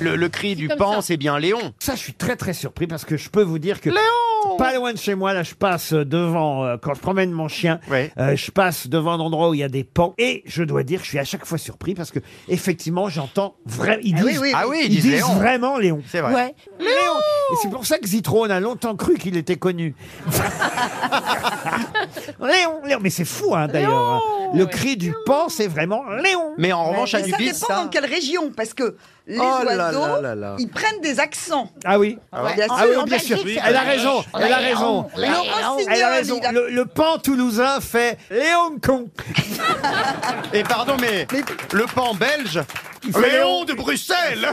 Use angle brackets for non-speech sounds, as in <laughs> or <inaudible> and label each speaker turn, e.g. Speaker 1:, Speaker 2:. Speaker 1: le, le cri du
Speaker 2: comme
Speaker 1: pan,
Speaker 2: ça.
Speaker 1: c'est bien Léon.
Speaker 3: Ça, je suis très très surpris parce que je peux vous dire que
Speaker 1: Léon
Speaker 3: pas loin de chez moi, là, je passe devant, euh, quand je promène mon chien,
Speaker 1: Ouais.
Speaker 3: euh, je passe devant un endroit où il y a des pans et je dois dire, je suis à chaque fois surpris parce que effectivement, j'entends vraiment, ils
Speaker 4: Ah
Speaker 3: disent,
Speaker 4: oui, oui.
Speaker 1: Ah oui, ils
Speaker 3: ils
Speaker 1: disent
Speaker 3: disent
Speaker 1: Léon.
Speaker 3: vraiment Léon.
Speaker 1: C'est vrai.
Speaker 2: Ouais.
Speaker 3: Léon Et c'est pour ça que Zitrone a longtemps cru qu'il était connu. Léon, Léon, mais c'est fou hein, d'ailleurs. hein. Le
Speaker 2: Ouais.
Speaker 3: cri du pan, c'est vraiment Léon.
Speaker 1: Mais en revanche, à
Speaker 4: Mais ça
Speaker 1: Nubis,
Speaker 4: dépend dans quelle région, parce que les
Speaker 5: Oh là là
Speaker 4: oiseaux,
Speaker 5: là là.
Speaker 4: ils prennent des accents.
Speaker 3: Ah oui.
Speaker 4: Ouais, bien
Speaker 3: Ah
Speaker 4: sûr.
Speaker 3: oui, bien sûr. Elle a raison. Elle a raison.
Speaker 4: Laurent
Speaker 3: Elle a
Speaker 4: Signol,
Speaker 3: raison.
Speaker 4: il a-
Speaker 3: Le, le pan toulousain fait Léon Con.
Speaker 1: Et pardon, mais le pan belge.
Speaker 3: fait
Speaker 1: <laughs> Léon de Bruxelles